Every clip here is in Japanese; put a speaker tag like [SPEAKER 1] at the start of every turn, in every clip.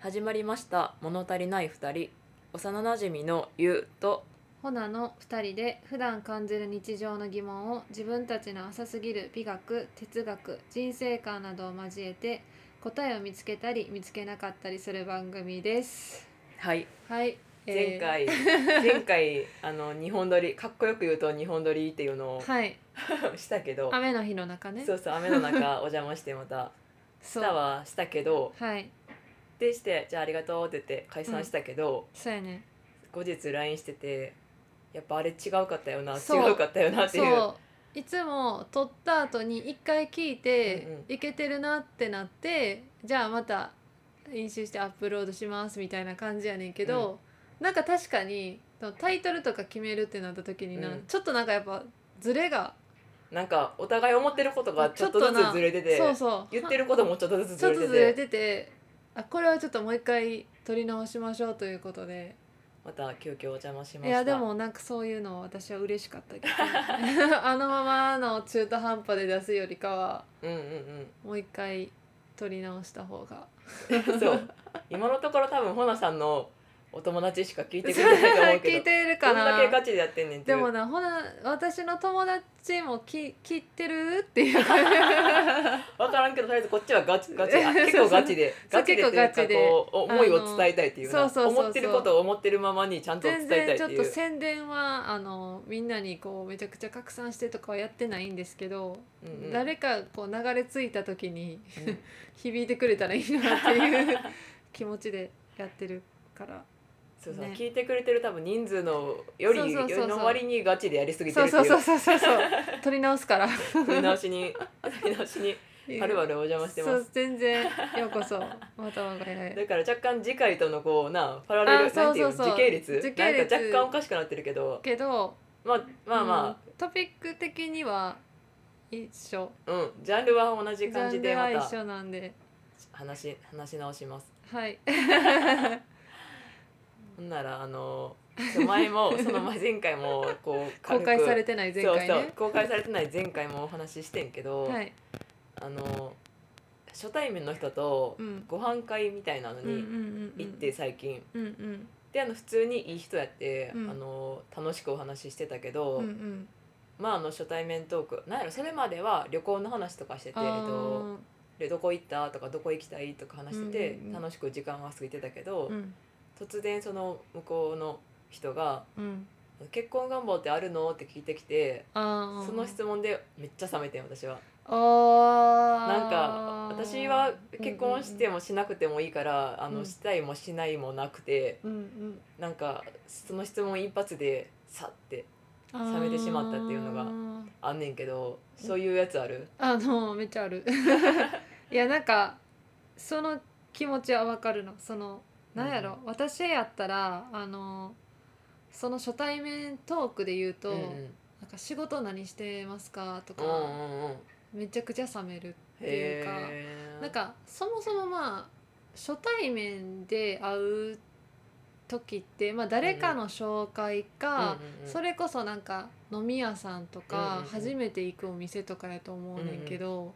[SPEAKER 1] 始まりました物足りない二人幼なじみのゆうと
[SPEAKER 2] ほなの2人で普段感じる日常の疑問を自分たちの浅すぎる美学哲学人生観などを交えて答えを見つけたり見つけなかったりする番組です。
[SPEAKER 1] はい
[SPEAKER 2] はい、
[SPEAKER 1] 前
[SPEAKER 2] えー
[SPEAKER 1] 回、 前回あの日本撮りかっこよく言うと日本撮りっていう のを
[SPEAKER 2] はい、
[SPEAKER 1] したけど、
[SPEAKER 2] 雨の日の中ね
[SPEAKER 1] そうそう雨の中お邪魔してまた
[SPEAKER 2] そ
[SPEAKER 1] し
[SPEAKER 2] う
[SPEAKER 1] たはしたけど
[SPEAKER 2] はい
[SPEAKER 1] でしてじゃあありがとうって言って解散したけど、
[SPEAKER 2] そうやね
[SPEAKER 1] 後日 LINE しててやっぱあれ違うかったよな
[SPEAKER 2] そう
[SPEAKER 1] 違うかったよなっていう
[SPEAKER 2] そういつも撮った後に一回聞いて、
[SPEAKER 1] うんうん
[SPEAKER 2] いけてるなってなってじゃあまた編集してアップロードしますみたいな感じやねんけど、なんか確かにそのタイトルとか決めるってなった時にな、
[SPEAKER 1] うん
[SPEAKER 2] ちょっとなんかやっぱズレが
[SPEAKER 1] なんかお互い思ってることがちょっとず
[SPEAKER 2] な
[SPEAKER 1] つずれてて
[SPEAKER 2] そうそう
[SPEAKER 1] 言ってることもちょっとずつ
[SPEAKER 2] ち
[SPEAKER 1] ず
[SPEAKER 2] ょっ
[SPEAKER 1] れ
[SPEAKER 2] と
[SPEAKER 1] て
[SPEAKER 2] ずれ
[SPEAKER 1] て
[SPEAKER 2] ててあこれはちょっともう一回撮り直しましょうということで
[SPEAKER 1] また急遽お邪魔しました
[SPEAKER 2] いやでもなんかそういうのは私は嬉しかったけど、 ね、あのままの中途半端で出すよりかは
[SPEAKER 1] うんうんうん
[SPEAKER 2] もう一回撮り直した方が
[SPEAKER 1] そう今のところ多分ほなさんのお友達しか聞いてくれないと思うけ
[SPEAKER 2] 聞
[SPEAKER 1] ど
[SPEAKER 2] いてる
[SPEAKER 1] ど
[SPEAKER 2] か
[SPEAKER 1] んだけ
[SPEAKER 2] な
[SPEAKER 1] ガチでやってんねんってい
[SPEAKER 2] で
[SPEAKER 1] う
[SPEAKER 2] もなほな私の友達もき聞いてるって いう
[SPEAKER 1] 分からんけどとりあえずこっちはガチ ガチあ結構ガチで
[SPEAKER 2] そう
[SPEAKER 1] ガチでっていう
[SPEAKER 2] 結構ガ
[SPEAKER 1] か
[SPEAKER 2] チで
[SPEAKER 1] こう思いを伝えたいっていう
[SPEAKER 2] あ
[SPEAKER 1] な
[SPEAKER 2] のそうそうそうそう
[SPEAKER 1] 思ってることを思ってるままにちゃんと伝
[SPEAKER 2] 全
[SPEAKER 1] え
[SPEAKER 2] 然
[SPEAKER 1] た
[SPEAKER 2] ち
[SPEAKER 1] い
[SPEAKER 2] ょ
[SPEAKER 1] っ
[SPEAKER 2] ってと
[SPEAKER 1] いう
[SPEAKER 2] 宣伝はあのみんなにこうめちゃくちゃ拡散してとかはやってないんですけど、
[SPEAKER 1] うんうん
[SPEAKER 2] 誰かこう流れ着いた時に
[SPEAKER 1] うん
[SPEAKER 2] 響いてくれたらいいなっていう気持ちでやってるから
[SPEAKER 1] そうそう
[SPEAKER 2] ね
[SPEAKER 1] 聞いてくれてる多分人数のより
[SPEAKER 2] そうそうそうそう
[SPEAKER 1] よりの割にガチでやりすぎて
[SPEAKER 2] そ
[SPEAKER 1] るっ
[SPEAKER 2] う
[SPEAKER 1] て
[SPEAKER 2] そう
[SPEAKER 1] い
[SPEAKER 2] そううそうそうそう撮り直すから
[SPEAKER 1] 振り直しに振り直 しにはるばるお邪魔してま
[SPEAKER 2] そう
[SPEAKER 1] す
[SPEAKER 2] 全然ようこそまた我が家へ
[SPEAKER 1] だから若干次回とのこうなパラレル
[SPEAKER 2] あそう
[SPEAKER 1] なんていうの
[SPEAKER 2] そうそう
[SPEAKER 1] 時系列
[SPEAKER 2] 時系列
[SPEAKER 1] なんか若干おかしくなってるけど
[SPEAKER 2] けど
[SPEAKER 1] まあまあま
[SPEAKER 2] うんトピック的には一緒
[SPEAKER 1] あうん、ジャンルは同じ感じでま
[SPEAKER 2] ジャンルは一
[SPEAKER 1] た
[SPEAKER 2] 緒なんで
[SPEAKER 1] 話し話し直します
[SPEAKER 2] はい
[SPEAKER 1] ほんならあのそう前 もその前前回もこう軽く
[SPEAKER 2] 公開されてない前回
[SPEAKER 1] そうそう
[SPEAKER 2] ね
[SPEAKER 1] 公開されてない前回もお話ししてんけど、
[SPEAKER 2] はい、
[SPEAKER 1] あの初対面の人と
[SPEAKER 2] うん、
[SPEAKER 1] ご飯会みたいなの
[SPEAKER 2] うんうん
[SPEAKER 1] に
[SPEAKER 2] うんうん
[SPEAKER 1] 行って最近、
[SPEAKER 2] うんうん
[SPEAKER 1] であの普通にいい人やって、
[SPEAKER 2] うん
[SPEAKER 1] あの楽しくお話ししてたけ
[SPEAKER 2] う
[SPEAKER 1] ど、
[SPEAKER 2] んうん
[SPEAKER 1] まああの初対面トークなんやろそれまでは旅行の話とかしてて、
[SPEAKER 2] あ
[SPEAKER 1] えっと、
[SPEAKER 2] ー
[SPEAKER 1] でどこ行ったとかどこ行きたいとか話してて、
[SPEAKER 2] うんうんうん
[SPEAKER 1] 楽しく時間は過ぎてたけど、
[SPEAKER 2] うん
[SPEAKER 1] 突然その向こうの人が
[SPEAKER 2] うん
[SPEAKER 1] 「結婚願望ってあるの?」って聞いてきて
[SPEAKER 2] あー
[SPEAKER 1] その質問でめっちゃ冷めてん私は。
[SPEAKER 2] あー
[SPEAKER 1] なんか私は結婚してもしなくてもいいから、あ
[SPEAKER 2] う
[SPEAKER 1] の
[SPEAKER 2] ん
[SPEAKER 1] したいもしないもなくて
[SPEAKER 2] うんうん
[SPEAKER 1] なんかその質問一発でさって
[SPEAKER 2] うん
[SPEAKER 1] 冷めてしまったっていうのが
[SPEAKER 2] あー
[SPEAKER 1] あんねんけどそういうやつある、
[SPEAKER 2] あのめっちゃある いやなんかその気持ちはわかるのそのなんやろ、私やったらあのその初対面トークで言うと「
[SPEAKER 1] うん
[SPEAKER 2] なんか仕事何してますか?」と
[SPEAKER 1] う
[SPEAKER 2] か、
[SPEAKER 1] んうんうんうん
[SPEAKER 2] めちゃくちゃ冷める
[SPEAKER 1] へ
[SPEAKER 2] いうか
[SPEAKER 1] え
[SPEAKER 2] なんかそもそもまあ初対面で会う時って、まあ、誰かの紹介か、それこそなんか飲み屋さんと
[SPEAKER 1] うん
[SPEAKER 2] か
[SPEAKER 1] うんうん
[SPEAKER 2] 初めて行くお店とかやと思うねんけど、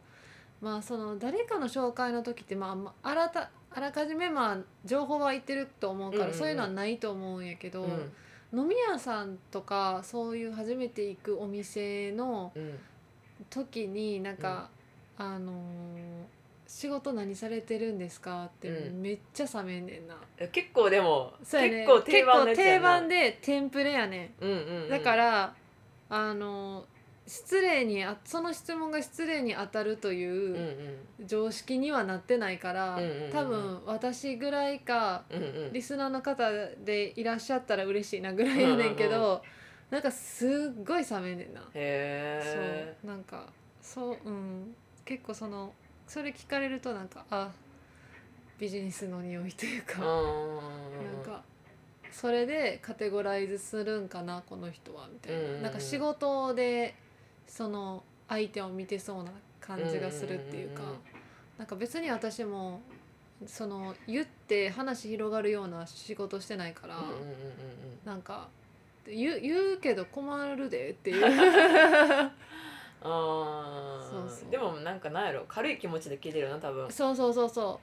[SPEAKER 2] まあその誰かの紹介の時ってまあまああらたあらかじめまあ情報は言ってると思うか
[SPEAKER 1] うんうん
[SPEAKER 2] ら
[SPEAKER 1] うん
[SPEAKER 2] そういうのはないと思うんやけど、
[SPEAKER 1] うんうん
[SPEAKER 2] 飲み屋さんとかそういう初めて行くお店の
[SPEAKER 1] うん
[SPEAKER 2] 時になんか、あのー仕事何されてるんですか?」って
[SPEAKER 1] うん
[SPEAKER 2] めっちゃ冷めんねんな。
[SPEAKER 1] 結構でも、
[SPEAKER 2] そうやね
[SPEAKER 1] 結構定番のやつ
[SPEAKER 2] 結構定
[SPEAKER 1] やな
[SPEAKER 2] 番でテンプレやねん。
[SPEAKER 1] うんうんうん
[SPEAKER 2] だから、あの失礼にあその質問が失礼に当たると
[SPEAKER 1] うんう
[SPEAKER 2] いうん常識にはなってないから、
[SPEAKER 1] うんうんうんうん
[SPEAKER 2] 多分私ぐらいか
[SPEAKER 1] うんうん
[SPEAKER 2] リスナーの方でいらっしゃったら嬉しいなぐらいやねんけど、
[SPEAKER 1] うんうん
[SPEAKER 2] なんかすっごい冷めんねんな。
[SPEAKER 1] へ
[SPEAKER 2] そうなんかそううん結構そのそれ聞かれるとなんかあビジネスの匂いという
[SPEAKER 1] えう
[SPEAKER 2] か、
[SPEAKER 1] ん
[SPEAKER 2] なんかそれでカテゴライズするんかなこの人はみたいな,、
[SPEAKER 1] うんうんうん
[SPEAKER 2] なんか仕事でその相手を見てそうな感じがするっていうか、
[SPEAKER 1] うんうんうんうん
[SPEAKER 2] なんか別に私もその言って話広がるような仕事してないから、
[SPEAKER 1] うんうんうんうんうん
[SPEAKER 2] なんか言う言うけど困るでってい う
[SPEAKER 1] あー
[SPEAKER 2] そうそう
[SPEAKER 1] でもなんかなんやろ軽い気持ちで聞いてるよな多分
[SPEAKER 2] そうそうそうそ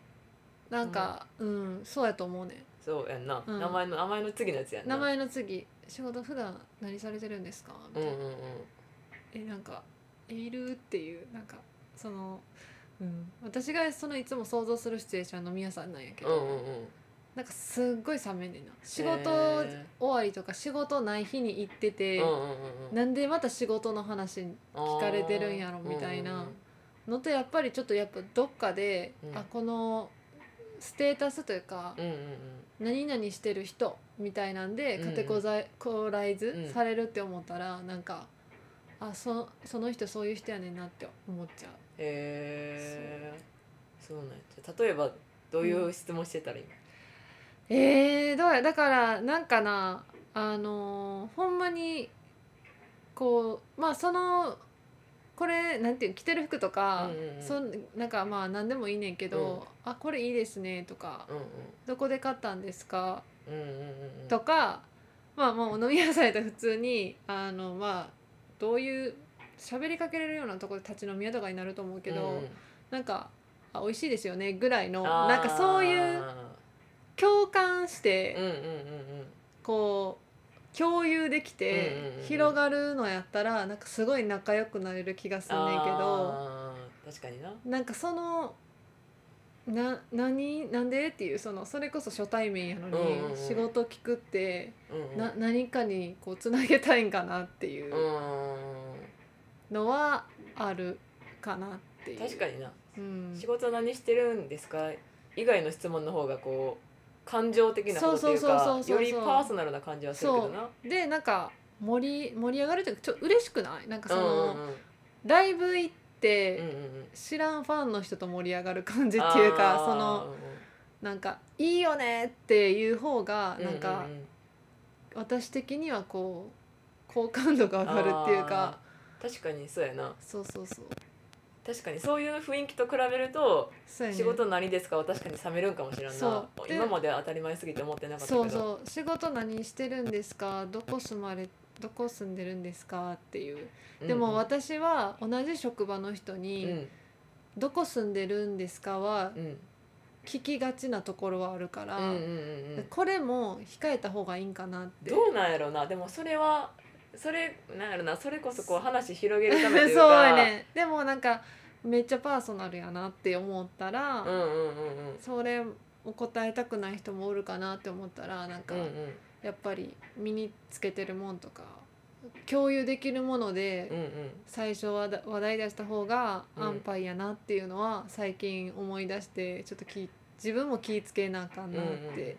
[SPEAKER 2] なんかうんそうやと思うね
[SPEAKER 1] そうやんな、
[SPEAKER 2] うん
[SPEAKER 1] 名前の名前の次のやつやんな
[SPEAKER 2] 名前の次仕事普段何されてるんですかみ
[SPEAKER 1] う
[SPEAKER 2] たい
[SPEAKER 1] ん
[SPEAKER 2] な、
[SPEAKER 1] うんうん
[SPEAKER 2] えなんか「いる」っていうなんかその、うん、私がそのいつも想像するシチュエーションの宮さんなんやけ
[SPEAKER 1] う
[SPEAKER 2] ど、
[SPEAKER 1] んうんうん
[SPEAKER 2] なんかすっごい冷めんねんな仕事終
[SPEAKER 1] え
[SPEAKER 2] わりとか仕事ない日に行ってて、
[SPEAKER 1] ーうんうんうんうん
[SPEAKER 2] なんでまた仕事の話聞かれてるんやろみたいなのとやっぱりちょっとやっぱどっかで、
[SPEAKER 1] うん
[SPEAKER 2] あこのステータスというか
[SPEAKER 1] う、んうん
[SPEAKER 2] 何々してる人みたいなんで
[SPEAKER 1] うん
[SPEAKER 2] カテゴザイコライ
[SPEAKER 1] う
[SPEAKER 2] ズ
[SPEAKER 1] ん
[SPEAKER 2] されるって思ったら、なんかあそその人そういう人やねんなって思っちゃう。
[SPEAKER 1] へえそうなんやじゃあ例えばどういう質問してたらいいの
[SPEAKER 2] えー、どうやだからなんかなあのーほんまにこうまあそのこれなんていうの着てる服とか、
[SPEAKER 1] うんうんうん
[SPEAKER 2] そんなんかまあ何でもいいねんけど、あこれいいですねとか、どこで買ったんですか
[SPEAKER 1] うんうんうんうんうん
[SPEAKER 2] とかまあもうお飲み屋さんやったら普通にあのまあどういう喋りかけれるようなところで立ち飲み屋とかになると思うけど、
[SPEAKER 1] うんうん
[SPEAKER 2] なんかあ美味しいですよねぐらいの
[SPEAKER 1] あー
[SPEAKER 2] なんかそういう共感して
[SPEAKER 1] うんうんうんうん
[SPEAKER 2] こう共有できて
[SPEAKER 1] うんうんうん
[SPEAKER 2] 広がるのやったらなんかすごい仲良くなれる気がすんねんけど
[SPEAKER 1] あー確かにな
[SPEAKER 2] なんかそのな何なんでっていうそのそれこそ初対面やのに
[SPEAKER 1] うんうんうん
[SPEAKER 2] 仕事聞くって、
[SPEAKER 1] うんうん
[SPEAKER 2] な何かにこうつなげたいんかなっていううんのはあるかなっていう。
[SPEAKER 1] 確かにな
[SPEAKER 2] うん
[SPEAKER 1] 仕事何してるんですか以外の質問の方がこう感情的なことという
[SPEAKER 2] そうそうそうそう
[SPEAKER 1] か
[SPEAKER 2] そう
[SPEAKER 1] よりパーソナルな感じはするけどな
[SPEAKER 2] でなんか盛り盛り上がるというかちょ嬉しくないなんかその、
[SPEAKER 1] うんうんうん
[SPEAKER 2] ライブ行って、
[SPEAKER 1] うんうんうん
[SPEAKER 2] 知らんファンの人と盛り上がる感じっていうか
[SPEAKER 1] あー
[SPEAKER 2] そのなんか「いいよね」っていう方が
[SPEAKER 1] うんう
[SPEAKER 2] なんか、
[SPEAKER 1] うう
[SPEAKER 2] 私的にはこう好感度が上がるっていうか
[SPEAKER 1] あー確かにそうやな
[SPEAKER 2] そうそうそう
[SPEAKER 1] 確かにそういう雰囲気と比べると
[SPEAKER 2] そうやね
[SPEAKER 1] 仕事何ですかは確かに冷めるんかもしれんない
[SPEAKER 2] そうで
[SPEAKER 1] 今まで当たり前すぎて思ってなかったけど
[SPEAKER 2] そうそう仕事何してるんですかどこ住まれどこ住んでるんですかっていうでも
[SPEAKER 1] 私
[SPEAKER 2] 私は同じ職場の人
[SPEAKER 1] う
[SPEAKER 2] に、
[SPEAKER 1] ん
[SPEAKER 2] どこ住んでるんですかは
[SPEAKER 1] うん
[SPEAKER 2] 聞きがちなところはあるから、
[SPEAKER 1] うんうんうんうん
[SPEAKER 2] これも控えた方がいいんかなって
[SPEAKER 1] どうなんやろなでもそれはそれなんやろなそれこそこう話広げるため というか
[SPEAKER 2] そうやねでもなんかめっちゃパーソナルやなって思ったら、
[SPEAKER 1] うんうんうんうん
[SPEAKER 2] それを答えたくない人もおるかなって思ったらなんか
[SPEAKER 1] うんうん
[SPEAKER 2] やっぱり身につけてるもんとか共有できるもので、
[SPEAKER 1] うん
[SPEAKER 2] 最初はだ話題出した方が
[SPEAKER 1] うん
[SPEAKER 2] 安牌やなっていうのは最近思い出してちょっとき自分も気ぃつけなあかんなって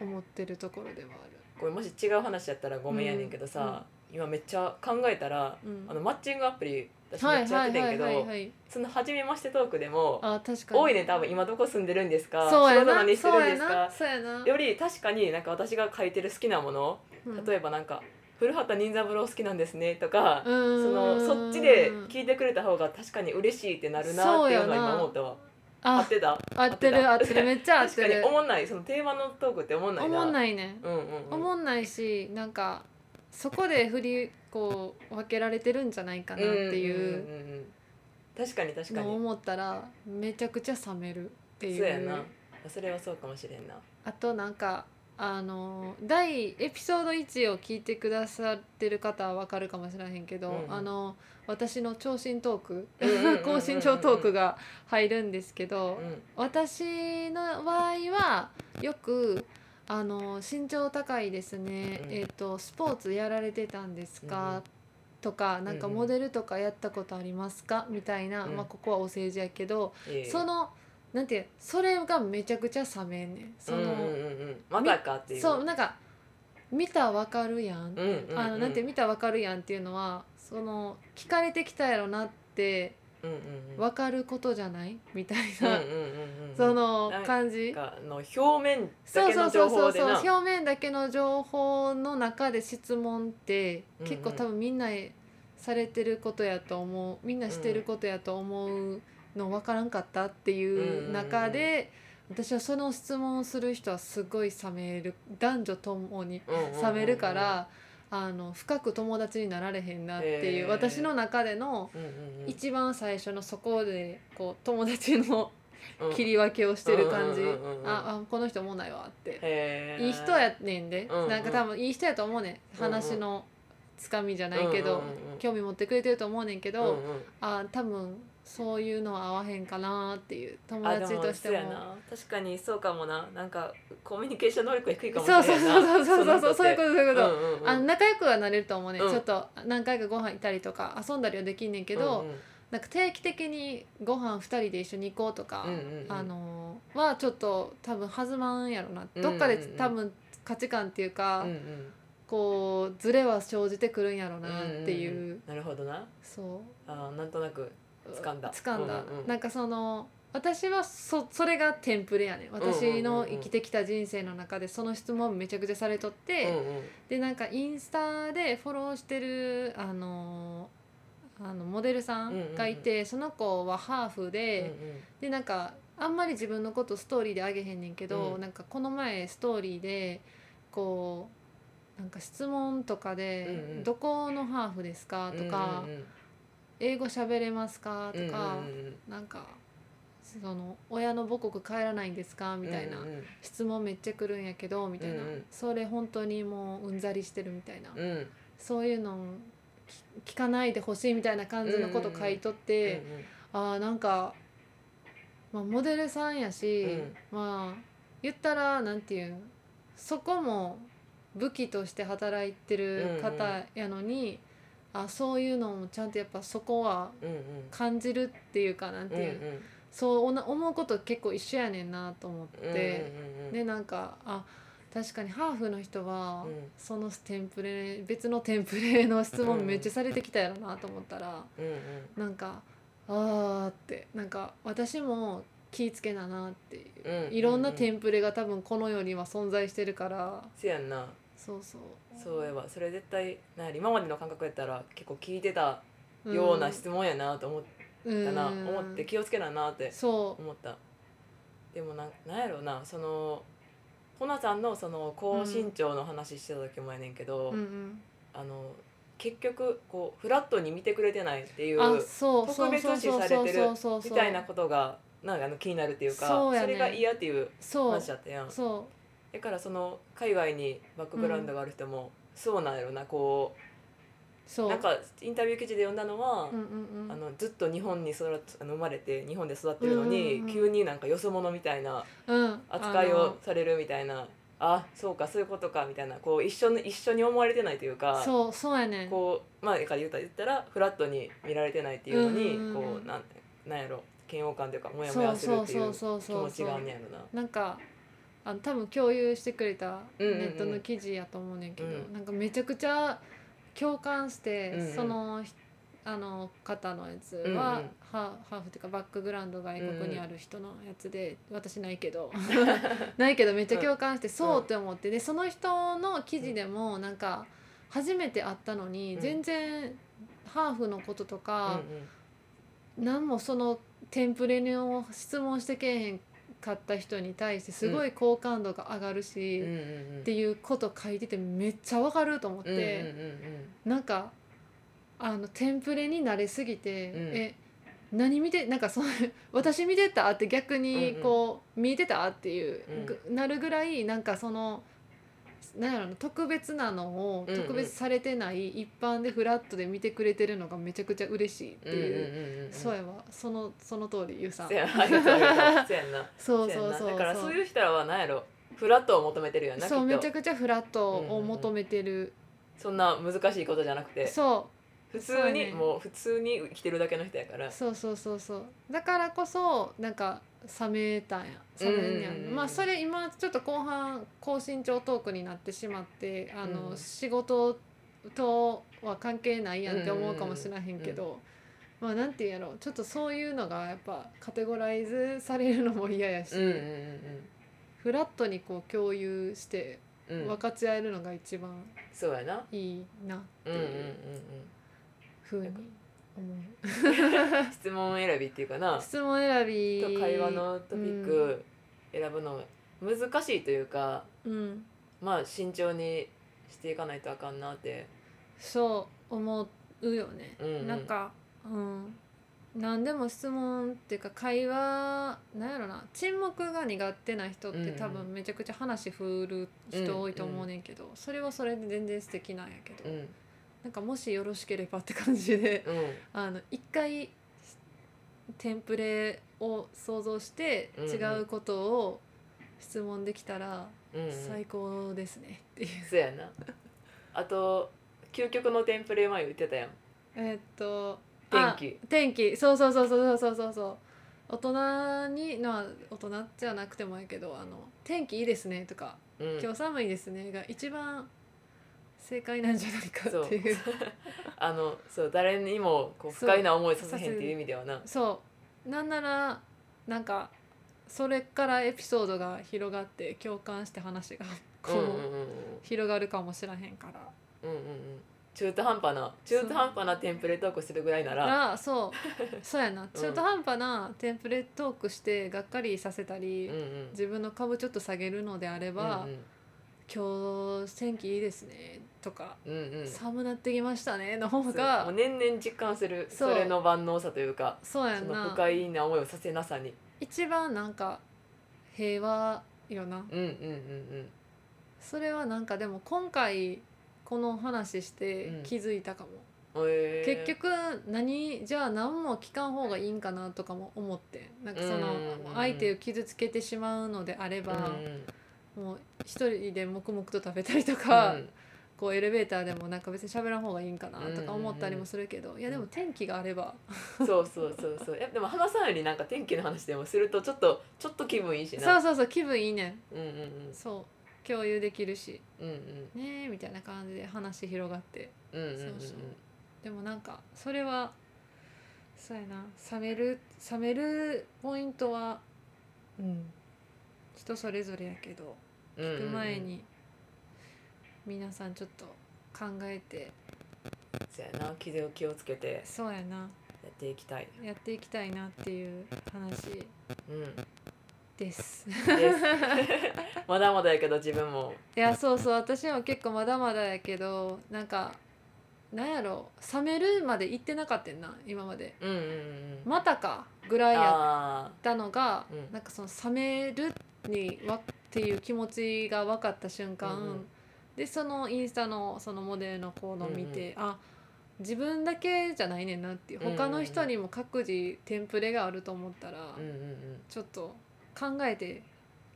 [SPEAKER 2] 思ってるところでは
[SPEAKER 1] これもし違う話やったらごめんやねんけどさ、今めっちゃ考えたら、
[SPEAKER 2] うん
[SPEAKER 1] あのマッチングアプリ私
[SPEAKER 2] ある。
[SPEAKER 1] めっちゃやってたんやけ
[SPEAKER 2] はいはい
[SPEAKER 1] ど
[SPEAKER 2] はいはい
[SPEAKER 1] その初めましてトークでも
[SPEAKER 2] あ確かに
[SPEAKER 1] 多いね多分今どこ住んでるんですか
[SPEAKER 2] そう
[SPEAKER 1] 仕
[SPEAKER 2] や
[SPEAKER 1] 事
[SPEAKER 2] な
[SPEAKER 1] 何して
[SPEAKER 2] そう
[SPEAKER 1] るんで
[SPEAKER 2] や
[SPEAKER 1] すか
[SPEAKER 2] なそうやな
[SPEAKER 1] より確かになんか私が書いてる好きなもの、例
[SPEAKER 2] え
[SPEAKER 1] えばなんか「古畑任三郎好きなんですね」とか、
[SPEAKER 2] そ
[SPEAKER 1] そのそっちで聞いてくれた方が確かに嬉しいってなるなっていうのは今思ったわ合
[SPEAKER 2] あ
[SPEAKER 1] ってた
[SPEAKER 2] 合ってる合ってるめっちゃ合っ
[SPEAKER 1] 確
[SPEAKER 2] て
[SPEAKER 1] かに
[SPEAKER 2] る
[SPEAKER 1] 思んないそのテーマのトークって思んないな
[SPEAKER 2] 思ん
[SPEAKER 1] い
[SPEAKER 2] ないね
[SPEAKER 1] うんうん、うん、
[SPEAKER 2] 思んないしなんかそこで振りこう分けられてるんじゃないかなってい
[SPEAKER 1] ん
[SPEAKER 2] うん
[SPEAKER 1] んうん確かに確か
[SPEAKER 2] のを
[SPEAKER 1] に
[SPEAKER 2] 思ったらめちゃくちゃ冷めるって
[SPEAKER 1] そう
[SPEAKER 2] い
[SPEAKER 1] や
[SPEAKER 2] う
[SPEAKER 1] なそれはそうかもしれ んな
[SPEAKER 2] あとなんかあの第エピソード1を聞いてくださってる方はわかるかもしれへんけど、
[SPEAKER 1] うん
[SPEAKER 2] あの私の長身トーク
[SPEAKER 1] うんうんうんうんうん
[SPEAKER 2] 高身長トークが入るんですけど、
[SPEAKER 1] うん
[SPEAKER 2] 私の場合はよく「あの身長高いですね、
[SPEAKER 1] うん
[SPEAKER 2] えっとスポーツやられてたんです
[SPEAKER 1] うんう
[SPEAKER 2] か
[SPEAKER 1] ん
[SPEAKER 2] とか「なんか
[SPEAKER 1] うんうん
[SPEAKER 2] モデルとかやったことありますか?」みたいな、
[SPEAKER 1] うん
[SPEAKER 2] まあ、ここはお世辞やけど、
[SPEAKER 1] いえいえ
[SPEAKER 2] そのなんていうそれがめちゃくちゃ冷めんねん。その、
[SPEAKER 1] うんうんうんうんまたかっていう
[SPEAKER 2] そうなんか見たらわかるや
[SPEAKER 1] う
[SPEAKER 2] ん,、
[SPEAKER 1] んうんうん
[SPEAKER 2] あのなんて見たらわかるやんっていうのはその聞かれてきたやろなって
[SPEAKER 1] うんうんうん
[SPEAKER 2] わかることじゃないみたい
[SPEAKER 1] うんう
[SPEAKER 2] な、
[SPEAKER 1] んうんうん
[SPEAKER 2] その
[SPEAKER 1] なんか
[SPEAKER 2] 感じ
[SPEAKER 1] なんかあの表面だ
[SPEAKER 2] そう
[SPEAKER 1] け
[SPEAKER 2] そ
[SPEAKER 1] の
[SPEAKER 2] うそ
[SPEAKER 1] 情
[SPEAKER 2] うそ
[SPEAKER 1] 報
[SPEAKER 2] う
[SPEAKER 1] で
[SPEAKER 2] そう
[SPEAKER 1] な
[SPEAKER 2] 表面だけの情報の中で質問って結構
[SPEAKER 1] うんうん
[SPEAKER 2] 多分みんなされてることやと思うみんなしてることやと思うの分からんかったっていう中で私はその質問をする人はすごい冷める男女ともに
[SPEAKER 1] うんうんうんうん
[SPEAKER 2] 冷めるからあの深く友達になられへんなってい
[SPEAKER 1] へ
[SPEAKER 2] う
[SPEAKER 1] ー
[SPEAKER 2] 私の中での
[SPEAKER 1] うんうんうん
[SPEAKER 2] 一番最初のそこでこう友達の
[SPEAKER 1] うん
[SPEAKER 2] 切り分けをしてる感じ、
[SPEAKER 1] うんうんうんうん
[SPEAKER 2] ああこの人おもんないわって、
[SPEAKER 1] へー
[SPEAKER 2] いい人やねんで、
[SPEAKER 1] うんうん
[SPEAKER 2] なんか多分いい人やと思うねん話のつかみじゃないけ
[SPEAKER 1] うん
[SPEAKER 2] ど、
[SPEAKER 1] うんうん
[SPEAKER 2] 興味持ってくれてると思うねんけ
[SPEAKER 1] う
[SPEAKER 2] ど、
[SPEAKER 1] んうん
[SPEAKER 2] あ多分そういうのは合わへんかなっていう友
[SPEAKER 1] あで
[SPEAKER 2] 達として
[SPEAKER 1] そうや
[SPEAKER 2] も
[SPEAKER 1] な確かにそうかもななんかコミュニケーション能力が低いかもしれな
[SPEAKER 2] そうそう
[SPEAKER 1] い
[SPEAKER 2] そうそう
[SPEAKER 1] な
[SPEAKER 2] そうそうそうそういうことそういう
[SPEAKER 1] と
[SPEAKER 2] こと、
[SPEAKER 1] うんうんうん、
[SPEAKER 2] あの仲良くはなれると思うね、
[SPEAKER 1] うん
[SPEAKER 2] ちょっと何回かご飯行ったりとか遊んだりはできんねんけど、
[SPEAKER 1] うんうん
[SPEAKER 2] なんか定期的にご飯二人で一緒に行こうとか、
[SPEAKER 1] うんうんうん
[SPEAKER 2] あのーはちょっと多分弾まんやろな、
[SPEAKER 1] うん
[SPEAKER 2] どっかで
[SPEAKER 1] うんうん
[SPEAKER 2] 多分価値観っていうか、
[SPEAKER 1] うんうん
[SPEAKER 2] こうズレは生じてくるんやろなっていう、
[SPEAKER 1] んんんなるほどな
[SPEAKER 2] そ
[SPEAKER 1] あーなんとなく
[SPEAKER 2] う
[SPEAKER 1] 掴んだ
[SPEAKER 2] 掴んだ、
[SPEAKER 1] うんうん
[SPEAKER 2] なんかその私はそそれがテンプレやね私
[SPEAKER 1] う
[SPEAKER 2] の
[SPEAKER 1] んうんうんうん
[SPEAKER 2] 生きてきた人生の中でその質問めちゃくちゃされとって、
[SPEAKER 1] うんうん
[SPEAKER 2] でなんかインスタでフォローしてるあのあのモデルさんがいて、その子はハーフで、でなんかあんまり自分のことストーリーであげへんねんけど、
[SPEAKER 1] うん
[SPEAKER 2] なんかこの前ストーリーでこうなんか質問とかで
[SPEAKER 1] うんうん
[SPEAKER 2] どこのハーフですか?」とか、
[SPEAKER 1] うんうんうん
[SPEAKER 2] 英語喋れますか?」とか、
[SPEAKER 1] うんうんうん
[SPEAKER 2] なんかその「親の母国帰らないんですか?」みたいな、
[SPEAKER 1] うんうん
[SPEAKER 2] 質問めっちゃ来るんやけどみたいな、
[SPEAKER 1] うんうん
[SPEAKER 2] それ本当にもううんざりしてるみたいな、
[SPEAKER 1] うんうん
[SPEAKER 2] そういうのき聞かないでほしいみたいな感じのこと書いとって。あーなんか、まあ、モデルさんやし、
[SPEAKER 1] うん
[SPEAKER 2] まあ言ったらなんていうんそこも武器として働いてる方やのに、あそういうのもちゃんとやっぱそこは
[SPEAKER 1] うんうん
[SPEAKER 2] 感じるっていうかなんて
[SPEAKER 1] うん
[SPEAKER 2] いう、そうおな思うこと結構一緒やねんなと思っ
[SPEAKER 1] うん
[SPEAKER 2] て、
[SPEAKER 1] うんうん
[SPEAKER 2] でなんかあ確かにハーフの人は、
[SPEAKER 1] うん
[SPEAKER 2] そのテンプレ別のテンプレの質問めっちゃされてきたやろなと思ったら。
[SPEAKER 1] うんうん
[SPEAKER 2] なんかあーってなんか私も気ぃつけななっていう
[SPEAKER 1] うんうんうん
[SPEAKER 2] いろんなテンプレが多分この世には存在してるから
[SPEAKER 1] せやんな
[SPEAKER 2] そうそう
[SPEAKER 1] そういえばそれ絶対なんやろ今までの感覚やったら結構聞いてたような質問やなと思ったな、
[SPEAKER 2] うん
[SPEAKER 1] 思って気をつけななって
[SPEAKER 2] そ
[SPEAKER 1] 思ったでもなんなんやろうなそのほなさんのその高身長の話してた時もやねんけ
[SPEAKER 2] う、
[SPEAKER 1] ど、
[SPEAKER 2] うん
[SPEAKER 1] あの結局こうフラットに見てくれてないってい
[SPEAKER 2] うん、
[SPEAKER 1] う
[SPEAKER 2] あそう
[SPEAKER 1] 特別視されてる
[SPEAKER 2] そうそうそうそ
[SPEAKER 1] み
[SPEAKER 2] う
[SPEAKER 1] たいなことがなんかあの気になるっていうか
[SPEAKER 2] そうやね
[SPEAKER 1] れが嫌っていう
[SPEAKER 2] そう
[SPEAKER 1] 話だったやん
[SPEAKER 2] そ
[SPEAKER 1] だからその海外にバックグラウンドがある人も、そうなんやろなこ
[SPEAKER 2] うそうう
[SPEAKER 1] なんかインタビュー記事で読んだのは、
[SPEAKER 2] うんうんうん
[SPEAKER 1] あのずっと日本に育つあの生まれて日本で育ってるのに、
[SPEAKER 2] うんうんうん
[SPEAKER 1] 急になんかよそ者みたいな
[SPEAKER 2] うん
[SPEAKER 1] 扱い
[SPEAKER 2] あの
[SPEAKER 1] をされるみたいなあそうかそういうことかみたいなこう一緒に一緒に思われてないというか
[SPEAKER 2] そうそうやねん
[SPEAKER 1] こうまあだから言った言ったらフラットに見られてないっていうのに、
[SPEAKER 2] うんうんうん
[SPEAKER 1] こうなんなんやろ嫌悪感というかモヤモ
[SPEAKER 2] そ
[SPEAKER 1] ヤ
[SPEAKER 2] う
[SPEAKER 1] する
[SPEAKER 2] そ
[SPEAKER 1] っ
[SPEAKER 2] う
[SPEAKER 1] てい
[SPEAKER 2] そううそう
[SPEAKER 1] 気
[SPEAKER 2] そう
[SPEAKER 1] 持ちがあんねやろな。
[SPEAKER 2] なんかあの多分共有してくれた
[SPEAKER 1] う
[SPEAKER 2] ネ
[SPEAKER 1] んうんうん
[SPEAKER 2] ットの記事やと思うねんけど、
[SPEAKER 1] うん
[SPEAKER 2] なんかめちゃくちゃ共感して、
[SPEAKER 1] うんうん
[SPEAKER 2] そのひあの方のやつ
[SPEAKER 1] うんうん
[SPEAKER 2] は、ハーハーフっていうかバックグラウンド外国にある人のやつで、私ないけ どないけどめっちゃ共感して、そうって思ってでその人の記事でもなんか初めて会ったのに、
[SPEAKER 1] うん
[SPEAKER 2] 全然ハーフのことと
[SPEAKER 1] うん
[SPEAKER 2] か、何もそのテンプレの質問してけえへんかった人に対してすごい好感度が上がるし、
[SPEAKER 1] うんうん
[SPEAKER 2] っ
[SPEAKER 1] うんうん
[SPEAKER 2] ていうこと書いててめっちゃわかると思っ
[SPEAKER 1] うんうん
[SPEAKER 2] て、なんかあのテンプレに慣れすぎて、
[SPEAKER 1] うん
[SPEAKER 2] え何見てなんかその 私見てたって逆に
[SPEAKER 1] うんうん
[SPEAKER 2] こう、見えてたっていう、ぐなるぐらいなんかその。なんやろな特別なのを
[SPEAKER 1] うんうん
[SPEAKER 2] 特別されてない、一般でフラットで見てくれてるのがめちゃくちゃ嬉しいって
[SPEAKER 1] うんうんうん
[SPEAKER 2] いう、
[SPEAKER 1] うんうんうん
[SPEAKER 2] そうやわそのその通りゆうさん
[SPEAKER 1] せやなありがとうありがとうせやんな
[SPEAKER 2] そう
[SPEAKER 1] せや
[SPEAKER 2] そ
[SPEAKER 1] ん
[SPEAKER 2] う
[SPEAKER 1] な
[SPEAKER 2] そう
[SPEAKER 1] だからそういう人らは何やろフラットを求めてるよな
[SPEAKER 2] そう
[SPEAKER 1] きっ
[SPEAKER 2] めち
[SPEAKER 1] と
[SPEAKER 2] ゃくちゃフラットを求めてる、
[SPEAKER 1] そんな難しいことじゃなくて
[SPEAKER 2] そ
[SPEAKER 1] 普
[SPEAKER 2] そう
[SPEAKER 1] 通
[SPEAKER 2] や
[SPEAKER 1] に、
[SPEAKER 2] ね
[SPEAKER 1] もう普通に生きてるだけの人やから
[SPEAKER 2] うそうそうそうそうだからこそなんか冷めたんや冷めんやん、
[SPEAKER 1] うんうんうん
[SPEAKER 2] まあそれ今ちょっと後半高身長トークになってしまってあの、
[SPEAKER 1] うん
[SPEAKER 2] 仕事とは関係ないやんって思うかもしれへんけど、まあなんていうんやろちょっとそういうのがやっぱカテゴライズされるのも嫌やし、
[SPEAKER 1] うんうん
[SPEAKER 2] フラットにこう共有して
[SPEAKER 1] うんうんう
[SPEAKER 2] 分
[SPEAKER 1] ん
[SPEAKER 2] かち合えるのが一番
[SPEAKER 1] そうやない
[SPEAKER 2] いなって
[SPEAKER 1] うんうんうん
[SPEAKER 2] いうふうに思う。
[SPEAKER 1] うん質問選びっていうかな
[SPEAKER 2] 質問選び
[SPEAKER 1] と会話のトピック選ぶの難しいというか
[SPEAKER 2] うん、
[SPEAKER 1] まあ慎重にしていかないとあかんなって
[SPEAKER 2] そう思うよね。
[SPEAKER 1] うんうん
[SPEAKER 2] なんか、うん、何でも質問っていうか会話なんやろな沈黙が苦手な人っ
[SPEAKER 1] うん
[SPEAKER 2] て
[SPEAKER 1] うん
[SPEAKER 2] 多分めちゃくちゃ話振る人多いと思うねんけど、それはそれで全然素敵なんやけど、
[SPEAKER 1] うん
[SPEAKER 2] なんかもしよろしければって感じで
[SPEAKER 1] うん
[SPEAKER 2] あの一回テンプレを想像して
[SPEAKER 1] うんうん
[SPEAKER 2] 違うことを質問できたら
[SPEAKER 1] うん
[SPEAKER 2] 最高ですねっていう、
[SPEAKER 1] そうやなあと究極のテンプレ前言ってたやん
[SPEAKER 2] えーっと
[SPEAKER 1] 天気
[SPEAKER 2] あ天気そうそうそうそうそうそうそう大人にまあ大人じゃなくてもいいけどあの「天気いいですね」とか
[SPEAKER 1] う
[SPEAKER 2] 「
[SPEAKER 1] ん
[SPEAKER 2] 今日寒いですね」が一番正解なんじゃないかっていうそう
[SPEAKER 1] あのそう誰にもこう不快な思いさせへんっていう意味ではな
[SPEAKER 2] なんならなんかそれからエピソードが広がって共感して話がこう、
[SPEAKER 1] うんうんうん
[SPEAKER 2] 広がるかもしらへんから。
[SPEAKER 1] うんうんうんうん中途半端な中途半端なテンプレトークするぐらいなら
[SPEAKER 2] らそうそ うやな中途半端なテンプレトークしてがっかりさせたり、
[SPEAKER 1] うんうん
[SPEAKER 2] 自分の株ちょっと下げるのであれば、
[SPEAKER 1] うん
[SPEAKER 2] 今日天気いいですねとか、
[SPEAKER 1] うんうんうん
[SPEAKER 2] 寒なってきましたねの方
[SPEAKER 1] そうもう
[SPEAKER 2] が
[SPEAKER 1] 年々実感する
[SPEAKER 2] そ
[SPEAKER 1] そうれの万能さというか
[SPEAKER 2] そうや
[SPEAKER 1] そ
[SPEAKER 2] ん
[SPEAKER 1] の不
[SPEAKER 2] な
[SPEAKER 1] 快な思いをさせなさに
[SPEAKER 2] 一番なんか平和よな
[SPEAKER 1] うんうん
[SPEAKER 2] それはなんかでも今回この話して
[SPEAKER 1] うん
[SPEAKER 2] 気づいたかも、
[SPEAKER 1] うんうんへー
[SPEAKER 2] 結局何じゃあ何も聞かん方がいいんかなとかも思ってなんかその
[SPEAKER 1] うんうんうん
[SPEAKER 2] 相手を傷つけてしまうのであれ
[SPEAKER 1] うん
[SPEAKER 2] ば、もう一人で黙々と食べたりとか、
[SPEAKER 1] うん
[SPEAKER 2] こうエレベーターでもなんか別に喋らん方がいいんかなとか思ったりもするけど、いやでも天気があれば
[SPEAKER 1] そうそうそうそうえでも花さんよりなんか天気の話でもするとちょっとちょっと気分いいし
[SPEAKER 2] そう
[SPEAKER 1] な
[SPEAKER 2] そうそう気分いいね
[SPEAKER 1] うんうんうん
[SPEAKER 2] んそう共有できるし
[SPEAKER 1] うんうん
[SPEAKER 2] ねえみたいな感じで話広がって
[SPEAKER 1] うんうんうんうん
[SPEAKER 2] そうそうでもなんかそれはそうやな冷める冷めるポイントはうん人それぞれやけど
[SPEAKER 1] うんうん
[SPEAKER 2] 行
[SPEAKER 1] う
[SPEAKER 2] く
[SPEAKER 1] ん
[SPEAKER 2] 前に皆さんちょっと考えて
[SPEAKER 1] そうやな傷を気をつけて
[SPEAKER 2] そうやな
[SPEAKER 1] やっていきたい
[SPEAKER 2] やっていきたいなっていう話
[SPEAKER 1] うん
[SPEAKER 2] です。
[SPEAKER 1] ですまだまだやけど自分も
[SPEAKER 2] いやそうそう私も結構まだまだやけどなんかなんやろ冷めるまで行ってなかったんな今まで
[SPEAKER 1] うんうんうん
[SPEAKER 2] またかぐらいやっ
[SPEAKER 1] あ
[SPEAKER 2] たのが、
[SPEAKER 1] うん
[SPEAKER 2] なんかその冷めるにわっていう気持ちが分かった瞬間、
[SPEAKER 1] うんうん
[SPEAKER 2] でそのインスタのそのモデルの行動を見て、あ自分だけじゃないねんなっていう
[SPEAKER 1] うんうんうん
[SPEAKER 2] 他の人にも各自テンプレがあると思ったら、
[SPEAKER 1] ーうんうん
[SPEAKER 2] ちょっと考えて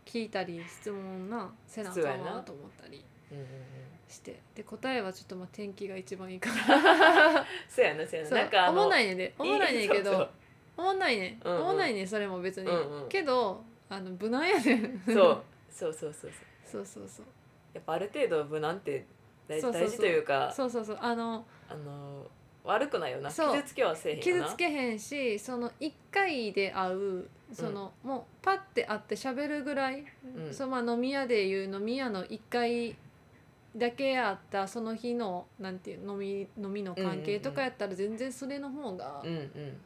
[SPEAKER 2] 聞いたり質問なせなあかんわなと思ったり。
[SPEAKER 1] うんうんうんうん
[SPEAKER 2] してで答えはちょっとまあ天気が一番いいから
[SPEAKER 1] そうやなそうや
[SPEAKER 2] そ
[SPEAKER 1] な
[SPEAKER 2] う
[SPEAKER 1] なんかあ
[SPEAKER 2] 思
[SPEAKER 1] の
[SPEAKER 2] わないねんで思わないねんけ
[SPEAKER 1] そうそ
[SPEAKER 2] ど
[SPEAKER 1] う
[SPEAKER 2] 思わないねん
[SPEAKER 1] うんうん
[SPEAKER 2] 思わないねんそれも別に
[SPEAKER 1] うんうん
[SPEAKER 2] けどあの無難やねん
[SPEAKER 1] そうそうそうそうそう
[SPEAKER 2] そうそうそう
[SPEAKER 1] やっぱある程度無難って大
[SPEAKER 2] そうそうそ
[SPEAKER 1] 大
[SPEAKER 2] う
[SPEAKER 1] 事というか
[SPEAKER 2] そうそうそうあの
[SPEAKER 1] あの悪くないよな
[SPEAKER 2] そう
[SPEAKER 1] 傷つけはせえへんよ
[SPEAKER 2] 傷
[SPEAKER 1] な
[SPEAKER 2] つけへんしその1回で会うその、もうパッて会って喋るぐらい、
[SPEAKER 1] うん
[SPEAKER 2] そのまあ飲み屋でいう飲み屋の1回だけあったその日のなんていう飲み飲みの関係とかやったら全然それの方が
[SPEAKER 1] うんうん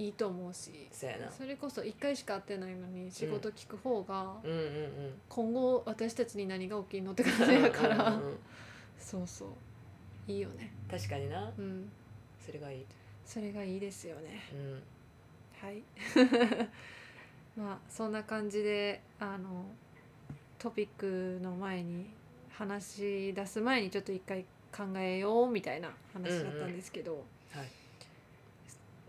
[SPEAKER 2] いいと思うし、
[SPEAKER 1] そうやな
[SPEAKER 2] それこそ1回しか会ってないのに仕事聞く方が
[SPEAKER 1] うんうんうん
[SPEAKER 2] 今後私たちに何が起きんのって感じやか
[SPEAKER 1] う
[SPEAKER 2] ら
[SPEAKER 1] んうんうん
[SPEAKER 2] そうそういいよね
[SPEAKER 1] 確かにな
[SPEAKER 2] うん
[SPEAKER 1] それがいい
[SPEAKER 2] それがいいですよね
[SPEAKER 1] うん
[SPEAKER 2] はい まあそんな感じであのトピックの前に話し出す前にちょっと一回考えようみたいな話だったんですけど、
[SPEAKER 1] はい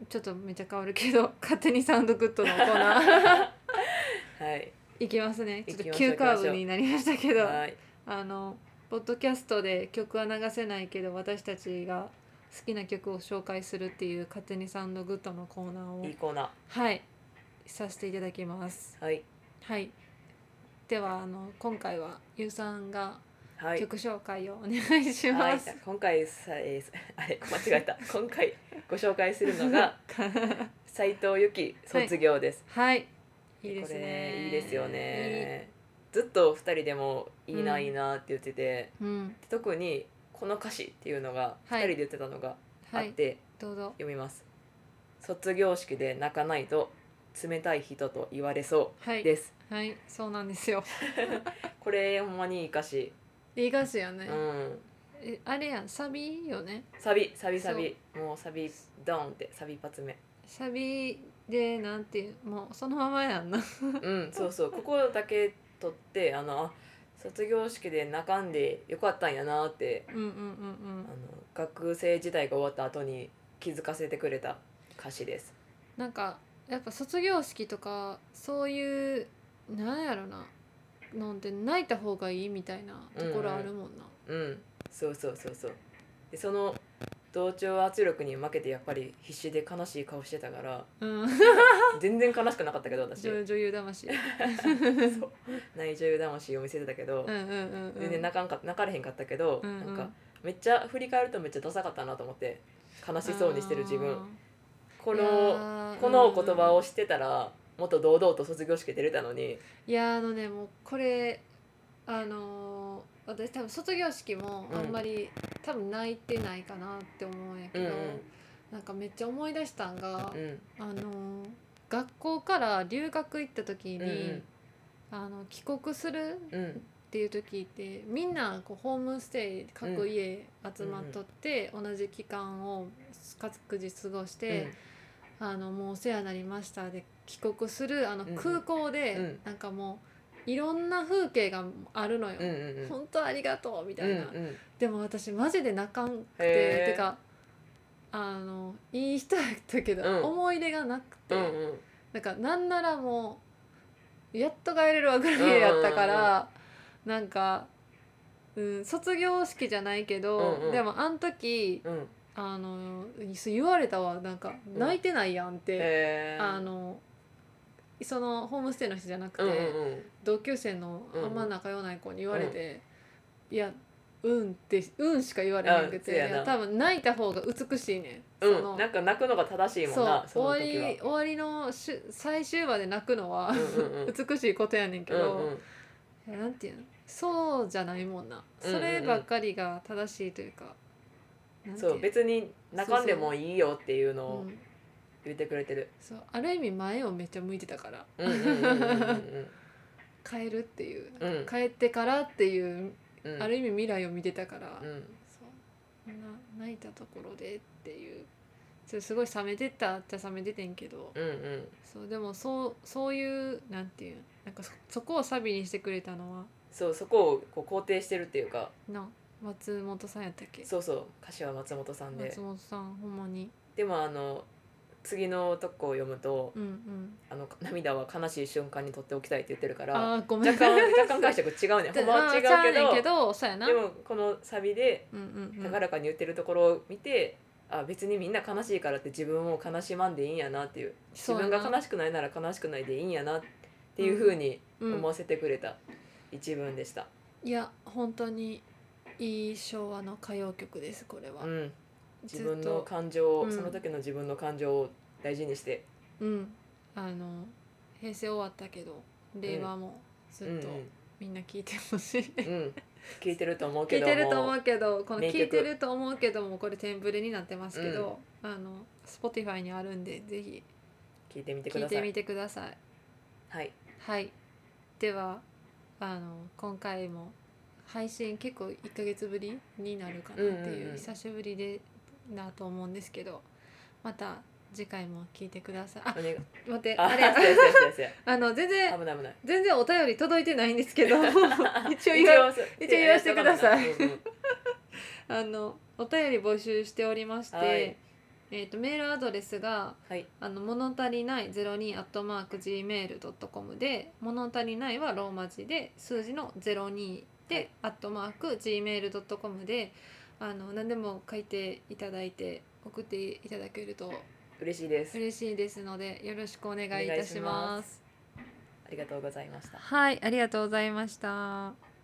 [SPEAKER 2] ちょっとめっちゃ変わるけど 勝手にサウンドグッドのコーナ ー
[SPEAKER 1] はい
[SPEAKER 2] いきますねちょ
[SPEAKER 1] いき
[SPEAKER 2] っと
[SPEAKER 1] ましょう
[SPEAKER 2] 急カーブになりましたけど
[SPEAKER 1] はい
[SPEAKER 2] あのポッドキャストで曲は流せないけど私たちが好きな曲を紹介するっていう「勝手にサウンドグッド」のコーナーを
[SPEAKER 1] いいコーナ
[SPEAKER 2] はいさせていただきます。
[SPEAKER 1] ーはい
[SPEAKER 2] はいではあの今回はゆうさんが
[SPEAKER 1] はい
[SPEAKER 2] 曲紹介をお願いし
[SPEAKER 1] は
[SPEAKER 2] ま
[SPEAKER 1] い
[SPEAKER 2] す。、
[SPEAKER 1] 今回さ、えーあれ間違えた今回ご紹介するの が斉藤由貴卒業です、
[SPEAKER 2] はい、いいです
[SPEAKER 1] こ
[SPEAKER 2] ね
[SPEAKER 1] れ。いいですよねずっと二人でもいいな、
[SPEAKER 2] うん
[SPEAKER 1] いいなって言ってて
[SPEAKER 2] いい。うん、
[SPEAKER 1] 特にこの歌詞っていうのが二
[SPEAKER 2] はい
[SPEAKER 1] 人で言ってたのがあ
[SPEAKER 2] は
[SPEAKER 1] っ
[SPEAKER 2] い、
[SPEAKER 1] て、
[SPEAKER 2] どうぞ。
[SPEAKER 1] 読みます卒業式で泣かないと冷たい人と言われそ
[SPEAKER 2] は
[SPEAKER 1] う
[SPEAKER 2] い、
[SPEAKER 1] です、
[SPEAKER 2] はい、そうなんですよ。
[SPEAKER 1] これほんまにいい歌詞
[SPEAKER 2] いい歌詞や
[SPEAKER 1] う
[SPEAKER 2] ね。
[SPEAKER 1] ん
[SPEAKER 2] えあれやん、サビよね。
[SPEAKER 1] サビサビサビもうサビドーンってサビ一発目
[SPEAKER 2] サビでなんていうもうそのままやんな
[SPEAKER 1] うんそうそうここだけ取ってあのあ卒業式で泣かんでよかったんやなって
[SPEAKER 2] うんうんうんう
[SPEAKER 1] あ
[SPEAKER 2] ん
[SPEAKER 1] の学生時代が終わった後に気づかせてくれた歌詞です。
[SPEAKER 2] なんかやっぱ卒業式とかそういうなんやろななんて泣いた方がいいみたいなところあるもんな、
[SPEAKER 1] うんそうそうそうそうでその同調圧力に負けてやっぱり必死で悲しい顔してたから
[SPEAKER 2] うん
[SPEAKER 1] 全然悲しくなかったけど私
[SPEAKER 2] 女女 優魂
[SPEAKER 1] そう内情魂を見せてたけど、
[SPEAKER 2] うんうんうんうん
[SPEAKER 1] 全然泣かんか泣かれへんかったけど、
[SPEAKER 2] うんうん
[SPEAKER 1] なんかめっちゃ振り返るとめっちゃダサかったなと思って悲しそうにしてる自
[SPEAKER 2] あ
[SPEAKER 1] 分
[SPEAKER 2] ー
[SPEAKER 1] こ
[SPEAKER 2] いや
[SPEAKER 1] の
[SPEAKER 2] ー
[SPEAKER 1] このお言葉
[SPEAKER 2] うん
[SPEAKER 1] を知ってたらもっと堂々と卒業式出れたのに
[SPEAKER 2] いやーあのねもうこれあのー私多分卒業式も
[SPEAKER 1] うん
[SPEAKER 2] あんまり、多分泣いてないかなって思うんやけ
[SPEAKER 1] うん
[SPEAKER 2] ど、
[SPEAKER 1] うん
[SPEAKER 2] なんかめっちゃ思い出したんが、
[SPEAKER 1] うん
[SPEAKER 2] あのー学校から留学行った時に、
[SPEAKER 1] うんうん
[SPEAKER 2] あの帰国する
[SPEAKER 1] うん
[SPEAKER 2] っていう時ってみんなこうホームステイ各家集まっとって、同じ期間を各自過ごして。あのもうお世話になりましたで帰国するあの
[SPEAKER 1] うん
[SPEAKER 2] 空港で、
[SPEAKER 1] うん
[SPEAKER 2] なんかもういろんな風景があるのよ、
[SPEAKER 1] うんうんうん
[SPEAKER 2] 本当ありがとうみたいな、
[SPEAKER 1] うんうん
[SPEAKER 2] でも私マジで泣かんくて
[SPEAKER 1] へー
[SPEAKER 2] てかあのいい人やったけど、
[SPEAKER 1] うん
[SPEAKER 2] 思い出がなくて、
[SPEAKER 1] うんうん
[SPEAKER 2] なんかなんならもうやっと帰れるわぐらいやったから、なんか、うん、卒業式じゃないけど、
[SPEAKER 1] うんうん
[SPEAKER 2] でもあの時
[SPEAKER 1] うん
[SPEAKER 2] あの言われたわなんか
[SPEAKER 1] うん
[SPEAKER 2] 泣いてないやんって。
[SPEAKER 1] へー
[SPEAKER 2] あのそのホームステイの人じゃなくて、
[SPEAKER 1] うんうんうん
[SPEAKER 2] 同級生の
[SPEAKER 1] うんうん
[SPEAKER 2] あんま仲良ない子に言われて「いやうん」って「うん」しか言われな
[SPEAKER 1] うん
[SPEAKER 2] くてい
[SPEAKER 1] そうやな
[SPEAKER 2] や多分泣いた方が美しいねん、そ
[SPEAKER 1] うん、
[SPEAKER 2] の
[SPEAKER 1] なんか泣くのが正しいもんなそ
[SPEAKER 2] そう
[SPEAKER 1] の
[SPEAKER 2] 終わ
[SPEAKER 1] 時は
[SPEAKER 2] り終わりのしゅ最終話で泣くのは、
[SPEAKER 1] うんうんうん
[SPEAKER 2] 美しいことやねん け
[SPEAKER 1] うんう
[SPEAKER 2] ど、
[SPEAKER 1] ん
[SPEAKER 2] いやなんていうのそうじゃないもんな
[SPEAKER 1] うんうんう
[SPEAKER 2] そ
[SPEAKER 1] ん
[SPEAKER 2] ればっかりが正しいというか、なんてい
[SPEAKER 1] そう別に泣かんでもいいよっていうの
[SPEAKER 2] う
[SPEAKER 1] を
[SPEAKER 2] ん
[SPEAKER 1] 言ってくれてる
[SPEAKER 2] そうある意味前をめっちゃ向いてたから
[SPEAKER 1] うんうんうんうんうん
[SPEAKER 2] 変えるっていう
[SPEAKER 1] うん うん
[SPEAKER 2] 帰ってからっていう、
[SPEAKER 1] うん
[SPEAKER 2] ある意味未来を見てたから、
[SPEAKER 1] うん
[SPEAKER 2] そうな泣いたところでっていうそれすごい冷めてったっちゃ冷めててんけど、
[SPEAKER 1] うんうん
[SPEAKER 2] そうでもそうそういうなんていうんなんかそそこをサビにしてくれたのは
[SPEAKER 1] そうそこをこう肯定してるっていうか
[SPEAKER 2] な松本さんやったっけ
[SPEAKER 1] そうそう歌詞は松本さんで
[SPEAKER 2] 松本さんほんまに
[SPEAKER 1] でもあの次のとこを読むと
[SPEAKER 2] うんうん
[SPEAKER 1] あの涙は悲しい瞬間にとっておきたいって言ってるから
[SPEAKER 2] あーごめん
[SPEAKER 1] 若干若干解釈違うねほんまは違うけ
[SPEAKER 2] あーちゃうねん
[SPEAKER 1] ど
[SPEAKER 2] けどそうやな
[SPEAKER 1] でもこのサビで
[SPEAKER 2] うんうんうん
[SPEAKER 1] 高らかに言ってるところを見て、あ別にみんな悲しいからって自分を悲しまんでいいんやなっていう自
[SPEAKER 2] そうや
[SPEAKER 1] 分
[SPEAKER 2] な
[SPEAKER 1] が悲しくないなら悲しくないでいいんやなっていうふうに
[SPEAKER 2] うん
[SPEAKER 1] 思わせてくれた一文でした。
[SPEAKER 2] いや本当にいい昭和の歌謡曲ですこれは、
[SPEAKER 1] うん、
[SPEAKER 2] ず
[SPEAKER 1] 自
[SPEAKER 2] っ
[SPEAKER 1] 分
[SPEAKER 2] と
[SPEAKER 1] の感情を、
[SPEAKER 2] うん
[SPEAKER 1] その時の自分の感情を大事にして、
[SPEAKER 2] うん、あの平成終わったけど令和もず
[SPEAKER 1] う
[SPEAKER 2] っ
[SPEAKER 1] んうん
[SPEAKER 2] とみんな聞いてほしい、
[SPEAKER 1] うん、聞いてると思うけ
[SPEAKER 2] 聞い
[SPEAKER 1] ど
[SPEAKER 2] てると
[SPEAKER 1] も
[SPEAKER 2] 思うけどこの「
[SPEAKER 1] 名曲
[SPEAKER 2] 聞いてると思うけど」もこれテンプレになってますけど、あの Spotify にあるんでぜひ
[SPEAKER 1] 聞いてみてく
[SPEAKER 2] 聞い
[SPEAKER 1] ださ
[SPEAKER 2] て
[SPEAKER 1] い。
[SPEAKER 2] みてください
[SPEAKER 1] はい、
[SPEAKER 2] はいではあの今回も配信結構1ヶ月ぶりになるかなっていう,、
[SPEAKER 1] うんうんうん
[SPEAKER 2] 久しぶりでだと思うんですけどまた次回も聞いてくださいあ
[SPEAKER 1] お願い。
[SPEAKER 2] 待って
[SPEAKER 1] あ、
[SPEAKER 2] あ
[SPEAKER 1] あ
[SPEAKER 2] れ
[SPEAKER 1] れ、
[SPEAKER 2] や
[SPEAKER 1] やそうやそうやそうや
[SPEAKER 2] あの全然
[SPEAKER 1] 危ない危ない。
[SPEAKER 2] 全然お便り届いてないんです けど 一応
[SPEAKER 1] 一
[SPEAKER 2] 言わ
[SPEAKER 1] 応
[SPEAKER 2] 一応言わせてください
[SPEAKER 1] うんうん
[SPEAKER 2] あのお便り募集しておりまして、
[SPEAKER 1] はい
[SPEAKER 2] えー、とメールアドレスが
[SPEAKER 1] はい、
[SPEAKER 2] あの物足りない02アットマーク Gmail.com で物足りないはローマ字で数字の02でアットマーク Gmail.com であの何でも書いていただいて送っていただけると
[SPEAKER 1] 嬉しいです。
[SPEAKER 2] 嬉しいですのでよろしくお願いい
[SPEAKER 1] お願
[SPEAKER 2] た
[SPEAKER 1] いし
[SPEAKER 2] しま
[SPEAKER 1] ますありがとうございました。
[SPEAKER 2] はいありがとうございました